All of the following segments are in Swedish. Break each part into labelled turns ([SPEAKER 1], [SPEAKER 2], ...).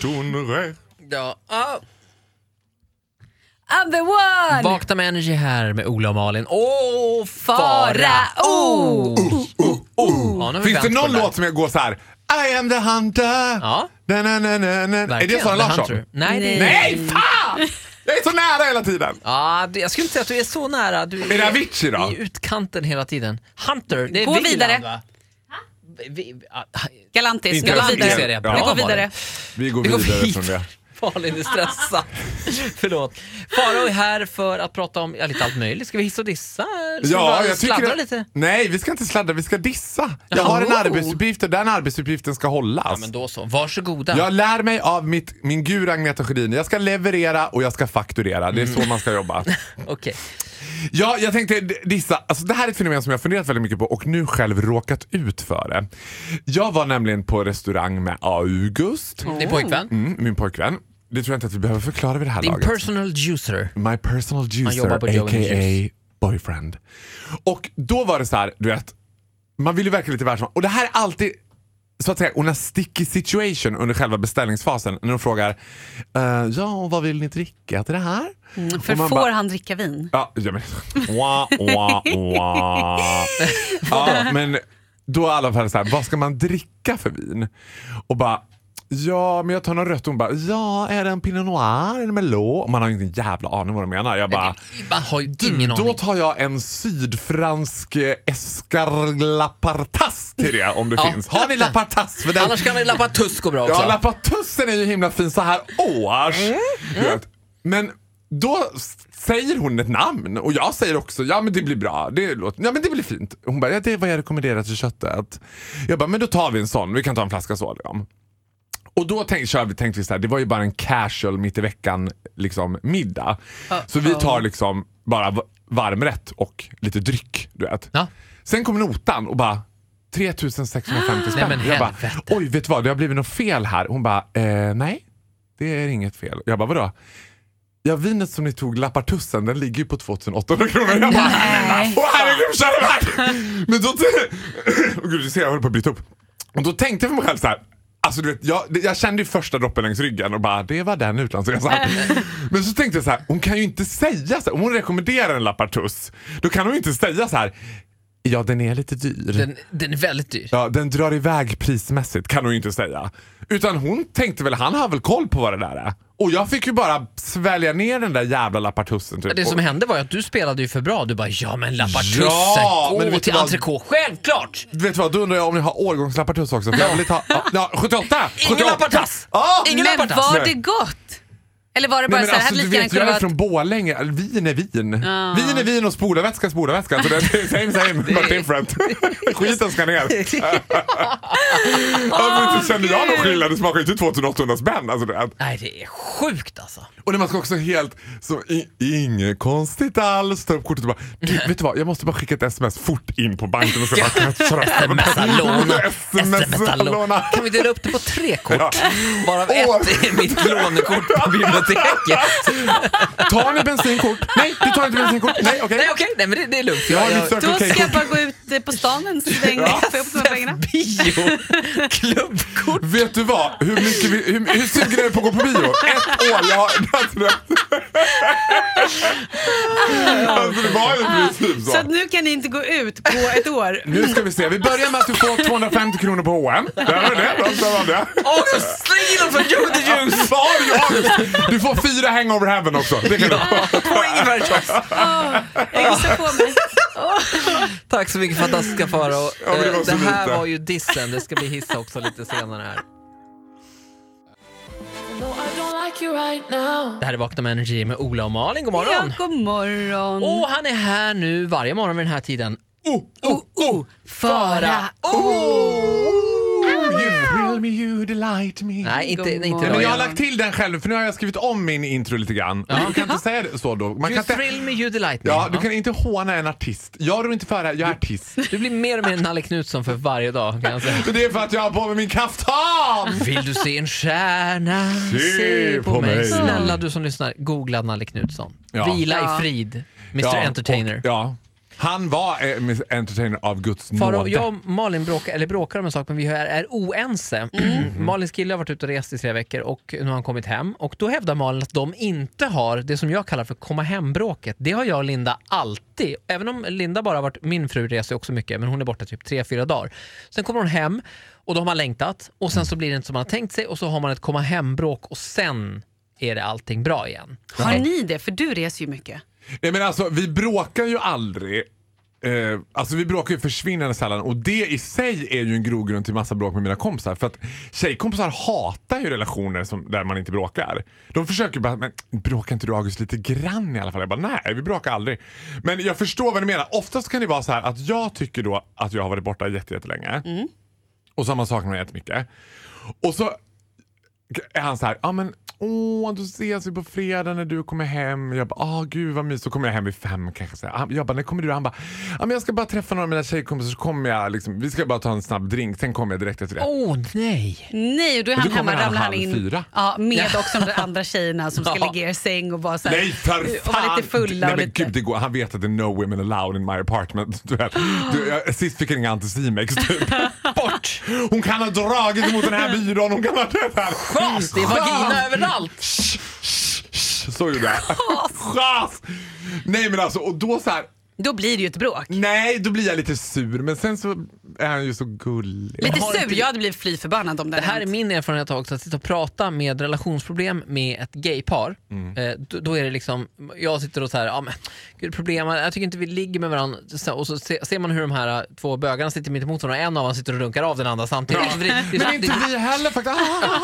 [SPEAKER 1] Tonre.
[SPEAKER 2] Ja. ah.
[SPEAKER 3] I'm the one!
[SPEAKER 2] Vakna med Energy här med Ola och Malin. Åh,
[SPEAKER 3] Farao!
[SPEAKER 2] Ja, nu har
[SPEAKER 1] Finns
[SPEAKER 2] vi
[SPEAKER 1] det
[SPEAKER 2] vänt på
[SPEAKER 1] någon
[SPEAKER 2] den.
[SPEAKER 1] låt som jag går så här? I am the hunter.
[SPEAKER 2] Ja.
[SPEAKER 1] Na, na, na, na, na. Är
[SPEAKER 2] Verkligen,
[SPEAKER 1] det Sara
[SPEAKER 2] The
[SPEAKER 1] Larsson?
[SPEAKER 2] Hunter. Nej, det är...
[SPEAKER 1] Nej, fan! Jag är så nära hela tiden.
[SPEAKER 2] Ja, du- jag skulle inte säga att du är så nära. Du
[SPEAKER 1] Är det Avicii då?
[SPEAKER 2] I utkanten hela tiden. Hunter, det är
[SPEAKER 3] Gå
[SPEAKER 2] Wieland,
[SPEAKER 3] vidare.
[SPEAKER 2] va? Vi, ah,
[SPEAKER 3] Galantis,
[SPEAKER 1] Inte
[SPEAKER 3] vi
[SPEAKER 1] ens
[SPEAKER 3] går
[SPEAKER 1] det.
[SPEAKER 2] Atlantis är
[SPEAKER 3] vidare.
[SPEAKER 2] det.
[SPEAKER 1] Ja,
[SPEAKER 3] Vi går
[SPEAKER 2] Malin.
[SPEAKER 3] vidare.
[SPEAKER 1] Vi går
[SPEAKER 2] Vi går
[SPEAKER 1] vidare från
[SPEAKER 2] vidare.
[SPEAKER 1] det.
[SPEAKER 2] Malin är stressad. Förlåt. Farao är här för att prata om ja, lite allt möjligt. Ska vi hissa och dissa? Eller Ska vi bara sladdra
[SPEAKER 1] det-
[SPEAKER 2] lite?
[SPEAKER 1] Nej, vi ska inte sladda, vi ska dissa. Jag
[SPEAKER 2] Jaha.
[SPEAKER 1] har en arbetsuppgift och den arbetsuppgiften ska hållas.
[SPEAKER 2] Ja, men då så. Varsågoda.
[SPEAKER 1] Jag lär mig av mitt, min guru Agneta Sjödin. Jag ska leverera och jag ska fakturera.
[SPEAKER 2] Mm.
[SPEAKER 1] Det är så man ska jobba.
[SPEAKER 2] Okej.
[SPEAKER 1] Ja, jag tänkte d- dissa. Alltså, det här är ett fenomen som jag har funderat väldigt mycket på och nu själv råkat ut för det. Jag var nämligen på restaurang med August,
[SPEAKER 2] Din pojkvän?
[SPEAKER 1] mm, min pojkvän. Det tror jag inte att vi behöver förklara vid det här
[SPEAKER 2] Din
[SPEAKER 1] laget.
[SPEAKER 2] personal juicer?
[SPEAKER 1] My personal juicer,
[SPEAKER 2] jobbar på Joe and the
[SPEAKER 1] a.k.a.
[SPEAKER 2] Juice.
[SPEAKER 1] boyfriend. Och då var det så här, du vet, man vill ju verkligen lite världsman. Och det här är alltid så att säga una sticky situation under själva beställningsfasen. När de frågar, eh, ja och vad vill ni dricka till det här?
[SPEAKER 2] Mm,
[SPEAKER 1] Och
[SPEAKER 3] För
[SPEAKER 1] man
[SPEAKER 3] får
[SPEAKER 1] bara,
[SPEAKER 3] han dricka vin?
[SPEAKER 1] Ja, ja men, wah, wah, wah. ja, men då är alla fall så här, vad ska man dricka för vin? Och bara, ja men jag tar något rött. Och hon bara, ja är det en pinot noir, är det melå? Och man har ju ingen jävla aning vad de menar. Jag bara,
[SPEAKER 2] Man har ju ingen
[SPEAKER 1] då
[SPEAKER 2] aning.
[SPEAKER 1] tar jag en sydfransk eh, escarlapartas till det om det
[SPEAKER 2] Ja.
[SPEAKER 1] finns. Har ni lapartas? För den,
[SPEAKER 2] Annars kan han lappa tusk och bra också.
[SPEAKER 1] ja, lapartussen är ju himla fin så här års. Du vet. Men då s- säger hon ett namn och jag säger också ja men det blir bra, det, låter, ja, men det blir fint. Hon bara ja, det är vad jag rekommenderar till köttet. Jag bara men då tar vi en sån, vi kan ta en flaska så. Liksom. Och då tänk, kör vi, tänkte vi så här, det var ju bara en casual mitt i veckan liksom, middag. Så vi tar liksom bara v- varmrätt och lite dryck. Du vet.
[SPEAKER 2] Ja.
[SPEAKER 1] Sen kom notan och bara 3650 spänn.
[SPEAKER 2] Ah. Nej, men
[SPEAKER 1] jag bara,
[SPEAKER 2] helvete.
[SPEAKER 1] oj vet du vad, det har blivit något fel här. Hon bara, eh, nej det är inget fel. Jag bara, vadå? Ja, vinet som ni tog, Lappartussen, den ligger ju på 2800 kronor. Jag bara,
[SPEAKER 3] Nej.
[SPEAKER 1] åh herregud, kör iväg! Men då... Åh gud, du ser, jag håller på att bryta upp. Och då tänkte jag för mig själv så här. Alltså, du vet, jag, det- jag kände ju första droppen längs ryggen och bara, det var den utlandsresan. Men så tänkte jag så här, hon kan ju inte säga så här, Om hon rekommenderar en Lappartuss, då kan hon ju inte säga så här, ja den är lite dyr.
[SPEAKER 2] Den, den är väldigt dyr.
[SPEAKER 1] Ja, den drar iväg prismässigt kan hon ju inte säga. Utan hon tänkte väl, han har väl koll på vad det där är. Och jag fick ju bara svälja ner den där jävla lappartussen. Typ.
[SPEAKER 2] Det som
[SPEAKER 1] och,
[SPEAKER 2] hände var ju att du spelade ju för bra. Du bara ja men lappartussen,
[SPEAKER 1] Ja,
[SPEAKER 2] gå
[SPEAKER 1] men vet du
[SPEAKER 2] till
[SPEAKER 1] vad?
[SPEAKER 2] entrecote, självklart!
[SPEAKER 1] vet du vad, då undrar jag om ni har årgångslappartuss också. För jag vill inte ha, ja, ja, 78! 78.
[SPEAKER 2] lappartass!
[SPEAKER 1] Ja!
[SPEAKER 2] Ingen
[SPEAKER 3] Men
[SPEAKER 2] lappartass.
[SPEAKER 3] var
[SPEAKER 1] Nej.
[SPEAKER 3] det gott? Eller var det bara
[SPEAKER 1] Nej, men
[SPEAKER 3] så här,
[SPEAKER 1] alltså, du
[SPEAKER 3] hade lika gärna
[SPEAKER 1] vet, jag
[SPEAKER 3] kunnat
[SPEAKER 1] är
[SPEAKER 3] vara...
[SPEAKER 1] från Borlänge. Vin är vin. Vin är vin och spolarvätska är spolarvätska. Så det är same same but different. Skiten ska ner. alltså, inte känner jag någon skillnad. Det smakar ju inte 2800 spänn. Alltså, du vet.
[SPEAKER 2] Nej det är sjukt alltså.
[SPEAKER 1] Och när man ska också helt, så i- inget konstigt alls, ta upp kortet och bara, du, vet du vad, jag måste bara skicka ett sms fort in på banken och så bara
[SPEAKER 2] Smsa låna, smsa låna.
[SPEAKER 1] Sms-låna.
[SPEAKER 2] Kan vi dela upp det på tre kort?
[SPEAKER 1] Ja.
[SPEAKER 2] Varav
[SPEAKER 1] Åh.
[SPEAKER 2] ett är mitt lånekort på biblioteket.
[SPEAKER 1] Tar ni bensinkort? Nej, du tar inte bensinkort. Nej, okej.
[SPEAKER 2] Nej okej, nej men det, det är lugnt.
[SPEAKER 1] Jag har
[SPEAKER 2] Jag,
[SPEAKER 1] mitt
[SPEAKER 2] jag,
[SPEAKER 1] Circle
[SPEAKER 3] Då ska jag
[SPEAKER 1] K-kort.
[SPEAKER 3] bara gå ut eh, på stan en sväng och få upp de här pengarna.
[SPEAKER 2] bio, klubbkort.
[SPEAKER 1] Vet du vad? Hur, mycket vi, hur, hur sugen är du på att gå på bio? Ett år! Jag har, alltså, det- alltså, det var ju i princip
[SPEAKER 3] Så att nu kan ni inte gå ut på ett år.
[SPEAKER 1] Nu ska vi se, vi börjar med att du får 250 kronor på H&M. Där var det, där var det.
[SPEAKER 2] Och så slänger de från Joe the Juice.
[SPEAKER 1] Sa du ju August? Du får fyra hangover heaven också. Det kan du få.
[SPEAKER 2] På ingefärs också.
[SPEAKER 3] Jag gissar på mig.
[SPEAKER 2] Tack så mycket fantastiska Farao.
[SPEAKER 1] men det var
[SPEAKER 2] Eh,
[SPEAKER 1] så
[SPEAKER 2] det här
[SPEAKER 1] lite.
[SPEAKER 2] var ju dissen, det ska bli hissa också lite senare här. Det här är Vakna med Energy med Ola och Malin, god
[SPEAKER 3] Ja,
[SPEAKER 2] morgon!
[SPEAKER 3] god morgon.
[SPEAKER 2] Och han är här nu varje morgon vid den här tiden.
[SPEAKER 1] Oh, oh, oh.
[SPEAKER 2] Farao! Oh!
[SPEAKER 1] You thrill me, you delight me.
[SPEAKER 2] Nej, inte,
[SPEAKER 3] God
[SPEAKER 2] nej, inte
[SPEAKER 3] morgon.
[SPEAKER 1] Men
[SPEAKER 2] idag
[SPEAKER 1] jag har
[SPEAKER 2] igen.
[SPEAKER 1] lagt till den själv för nu har jag skrivit om min intro lite grann. Du kan inte säga det så då. Man kan
[SPEAKER 2] You
[SPEAKER 1] inte,
[SPEAKER 2] thrill me, you delight me.
[SPEAKER 1] ja, du kan inte håna en artist. Jag rår inte för det här, jag är artist.
[SPEAKER 2] du blir mer och mer Nalle Knutsson för varje dag kan jag säga.
[SPEAKER 1] Men det är för att jag har på mig min kaftan!
[SPEAKER 2] Vill du se en stjärna?
[SPEAKER 1] Se på mig.
[SPEAKER 2] Snälla du som lyssnar, googla Nalle Knutsson.
[SPEAKER 1] Ja.
[SPEAKER 2] Vila
[SPEAKER 3] Ja.
[SPEAKER 2] i frid, Mr
[SPEAKER 1] Ja,
[SPEAKER 2] Entertainer.
[SPEAKER 1] och- Ja. Han var eh, Miss entertainer av Guds
[SPEAKER 2] Farao,
[SPEAKER 1] nåde.
[SPEAKER 2] jag och Malin bråkar, eller bråkar om en sak men vi är, är oense. Malins kille har varit ute och rest i tre veckor och nu har han kommit hem. Och då hävdar Malin att de inte har det som jag kallar för komma hem-bråket. Det har jag och Linda alltid. Även om Linda bara har varit, min fru reser också mycket men hon är borta typ tre fyra dagar. Sen kommer hon hem och då har man längtat och sen så blir det inte som man har tänkt sig och så har man ett komma hem-bråk och sen är det allting bra igen.
[SPEAKER 3] Har ni det? För du reser ju mycket.
[SPEAKER 1] Nej, men alltså, vi bråkar ju aldrig. Eh, alltså vi bråkar ju försvinnande sällan och det i sig är ju en grogrund till massa bråk med mina kompisar. För att tjejkompisar hatar ju relationer som, där man inte bråkar. De försöker bara, men bråkar inte du August lite grann i alla fall? Jag bara, nej vi bråkar aldrig. Men jag förstår vad ni menar. Oftast kan det vara så här att jag tycker då att jag har varit borta jätte- jättelänge. Och så har man saknat mig jättemycket. Och så är han så här, ja men åh, då ses vi på fredag när du kommer hem. Jag bara, ah gud vad mysigt. Så kommer jag hem vid fem kanske. Så här. Han- Jag bara, när kommer du? Han bara, ja men jag ska bara träffa några av mina tjejkompisar så kommer jag liksom, vi ska bara ta en snabb drink, sen kommer jag direkt efter det.
[SPEAKER 2] Åh nej!
[SPEAKER 3] Nej, och då är
[SPEAKER 1] Och
[SPEAKER 3] han
[SPEAKER 1] då kommer
[SPEAKER 3] hemma
[SPEAKER 1] han
[SPEAKER 3] ramlar han
[SPEAKER 1] halv
[SPEAKER 3] in.
[SPEAKER 1] fyra.
[SPEAKER 3] Ja, med också de där andra tjejerna som ska
[SPEAKER 2] Ja.
[SPEAKER 3] ligga i er säng och vara så här,
[SPEAKER 1] Nej för
[SPEAKER 3] Och
[SPEAKER 1] fan!
[SPEAKER 3] vara lite fulla
[SPEAKER 1] Nej,
[SPEAKER 3] och
[SPEAKER 1] men
[SPEAKER 3] lite...
[SPEAKER 1] Gud, det går. Han vet att det är no women allowed in my apartment. Du vet. Du, jag, sist fick jag ringa Anticimex typ. Bort! Hon kan ha dragit mot den här byrån, hon kan ha det här.
[SPEAKER 2] Schas! Det är vagina överallt!
[SPEAKER 1] Sch, sch, sch. Så gjorde jag. Schas! Nej men alltså, och då så här.
[SPEAKER 3] Då blir det ju ett bråk.
[SPEAKER 1] Nej, då blir jag lite sur. Men sen så är han ju så gullig.
[SPEAKER 3] Lite
[SPEAKER 2] har
[SPEAKER 3] sur,
[SPEAKER 2] inte-
[SPEAKER 3] jag hade blivit fly förbannad om det
[SPEAKER 2] Det här är min erfarenhet av också, att sitta och prata med relationsproblem med ett gaypar.
[SPEAKER 1] Mm.
[SPEAKER 2] Eh, då, då är det liksom, jag sitter och så här, ja men gud problem, jag tycker inte vi ligger med varandra. Så- Och så se, ser man hur de här eh, två bögarna sitter mitt emot varandra och en av dem sitter och runkar av den andra samtidigt. Det, är- det,
[SPEAKER 1] Men
[SPEAKER 2] är- det,
[SPEAKER 1] inte
[SPEAKER 2] är-
[SPEAKER 1] vi heller faktiskt. Ah,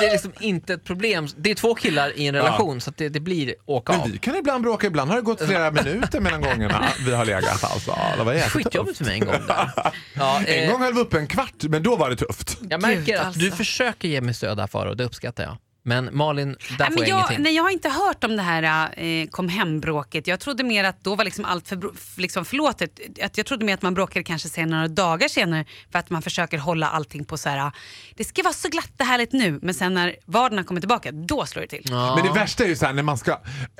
[SPEAKER 2] det är liksom inte ett problem. Det är två killar i en relation så att det, det blir åka
[SPEAKER 1] Men
[SPEAKER 2] av.
[SPEAKER 1] vi kan ibland bråka, ibland har det gått flera minuter mellan gångerna vi har legat. Alltså. Ja, Det var jäkligt
[SPEAKER 2] Skitjobbigt
[SPEAKER 1] tufft.
[SPEAKER 2] för mig en gång där. Ja,
[SPEAKER 1] En
[SPEAKER 2] eh,
[SPEAKER 1] gång höll vi uppe en kvart, men då var det tufft.
[SPEAKER 2] jag märker
[SPEAKER 3] Gud,
[SPEAKER 2] att du
[SPEAKER 3] alltså.
[SPEAKER 2] försöker ge mig stöd här Farao, det uppskattar jag. Men Malin, där
[SPEAKER 3] Nej,
[SPEAKER 2] får
[SPEAKER 3] men
[SPEAKER 2] jag,
[SPEAKER 3] jag,
[SPEAKER 2] ingenting.
[SPEAKER 3] nej, jag har inte hört om det här eh, kom hem-bråket. Jag trodde mer att då var liksom allt för, bro- f- liksom förlåtet. Att jag trodde mer att man bråkade kanske sen några dagar senare för att man försöker hålla allting på så här. ah, Det ska vara så glatt och härligt nu men sen när vardagen kommer tillbaka då slår det till.
[SPEAKER 2] Ja.
[SPEAKER 1] Men det värsta är ju så här, när, man ska,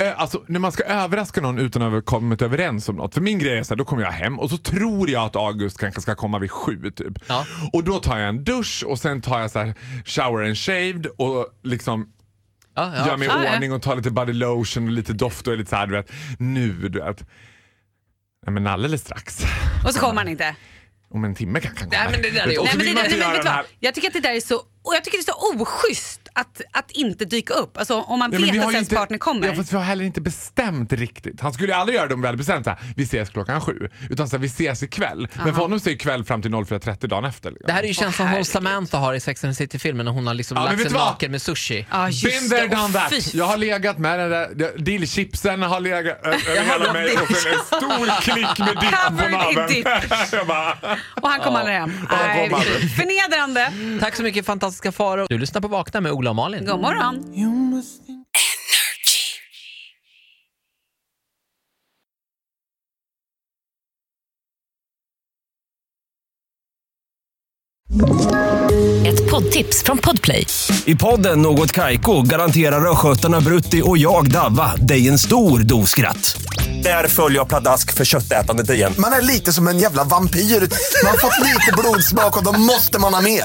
[SPEAKER 1] eh, alltså, när man ska överraska någon utan att ha kommit överens om något. För min grej är så här, då kommer jag hem och så tror jag att August kanske ska komma vid sju typ.
[SPEAKER 2] Ja.
[SPEAKER 1] Och då tar jag en dusch och sen tar jag så här, shower and shaved och liksom
[SPEAKER 2] Ja,
[SPEAKER 1] gör mig i
[SPEAKER 3] Ah, ja.
[SPEAKER 1] ordning och tar lite body lotion och lite doft och är lite så här, du vet, nu du vet. Nej men alldeles strax.
[SPEAKER 3] Och så kommer man inte.
[SPEAKER 1] Om en timme kan, kan komma.
[SPEAKER 2] Nej, men det där är ju-
[SPEAKER 1] och så
[SPEAKER 3] Nej,
[SPEAKER 1] vill
[SPEAKER 3] men det,
[SPEAKER 1] man
[SPEAKER 3] där-
[SPEAKER 1] inte
[SPEAKER 3] nej, men
[SPEAKER 1] göra
[SPEAKER 3] vet du
[SPEAKER 1] den här.
[SPEAKER 3] vad? Jag tycker att det där är så, och jag tycker det är så oschysst att, att inte dyka upp. Alltså, om man
[SPEAKER 1] Ja, men
[SPEAKER 3] vet
[SPEAKER 1] vi har
[SPEAKER 3] att
[SPEAKER 1] ju
[SPEAKER 3] ens partner kommer.
[SPEAKER 1] Ja, fast vi har heller inte bestämt riktigt. Han skulle ju aldrig göra det om vi hade bestämt så här, vi ses klockan sju. Utan så här, vi ses ikväll. Men för honom så är ikväll fram till 04.30 dagen efter. liksom.
[SPEAKER 2] Det här är ju känslan
[SPEAKER 3] Åh,
[SPEAKER 2] hon
[SPEAKER 3] herregud.
[SPEAKER 2] Samantha har i Sex and the City-filmen när hon har liksom
[SPEAKER 1] Ja, men
[SPEAKER 2] lagt
[SPEAKER 1] vet
[SPEAKER 2] sig
[SPEAKER 1] du vad?
[SPEAKER 2] naken med sushi.
[SPEAKER 3] Ja, just
[SPEAKER 1] Been there,
[SPEAKER 3] det. Åh,
[SPEAKER 1] done that.
[SPEAKER 3] fy.
[SPEAKER 1] Jag har legat med den där dillchipsen har legat ö- över hela mig och sen en stor klick med dipp på
[SPEAKER 3] Covered in dipp.
[SPEAKER 1] naveln. Jag bara,
[SPEAKER 3] Och han kom aldrig hem.
[SPEAKER 1] Ja, han
[SPEAKER 3] Nej,
[SPEAKER 1] kom aldrig.
[SPEAKER 3] Förnedrande.
[SPEAKER 2] Tack så mycket fantastiska Farao. Du lyssnar på Vakna med Ola och Malin.
[SPEAKER 3] God morgon.
[SPEAKER 4] Ett poddtips från Podplay.
[SPEAKER 5] I podden Något Kaiko garanterar östgötarna Brutti och jag, Davva, dig en stor dos skratt. Där följer jag pladask för köttätandet igen.
[SPEAKER 6] Man är lite som en jävla vampyr. Man har fått lite blodsmak och då måste man ha mer.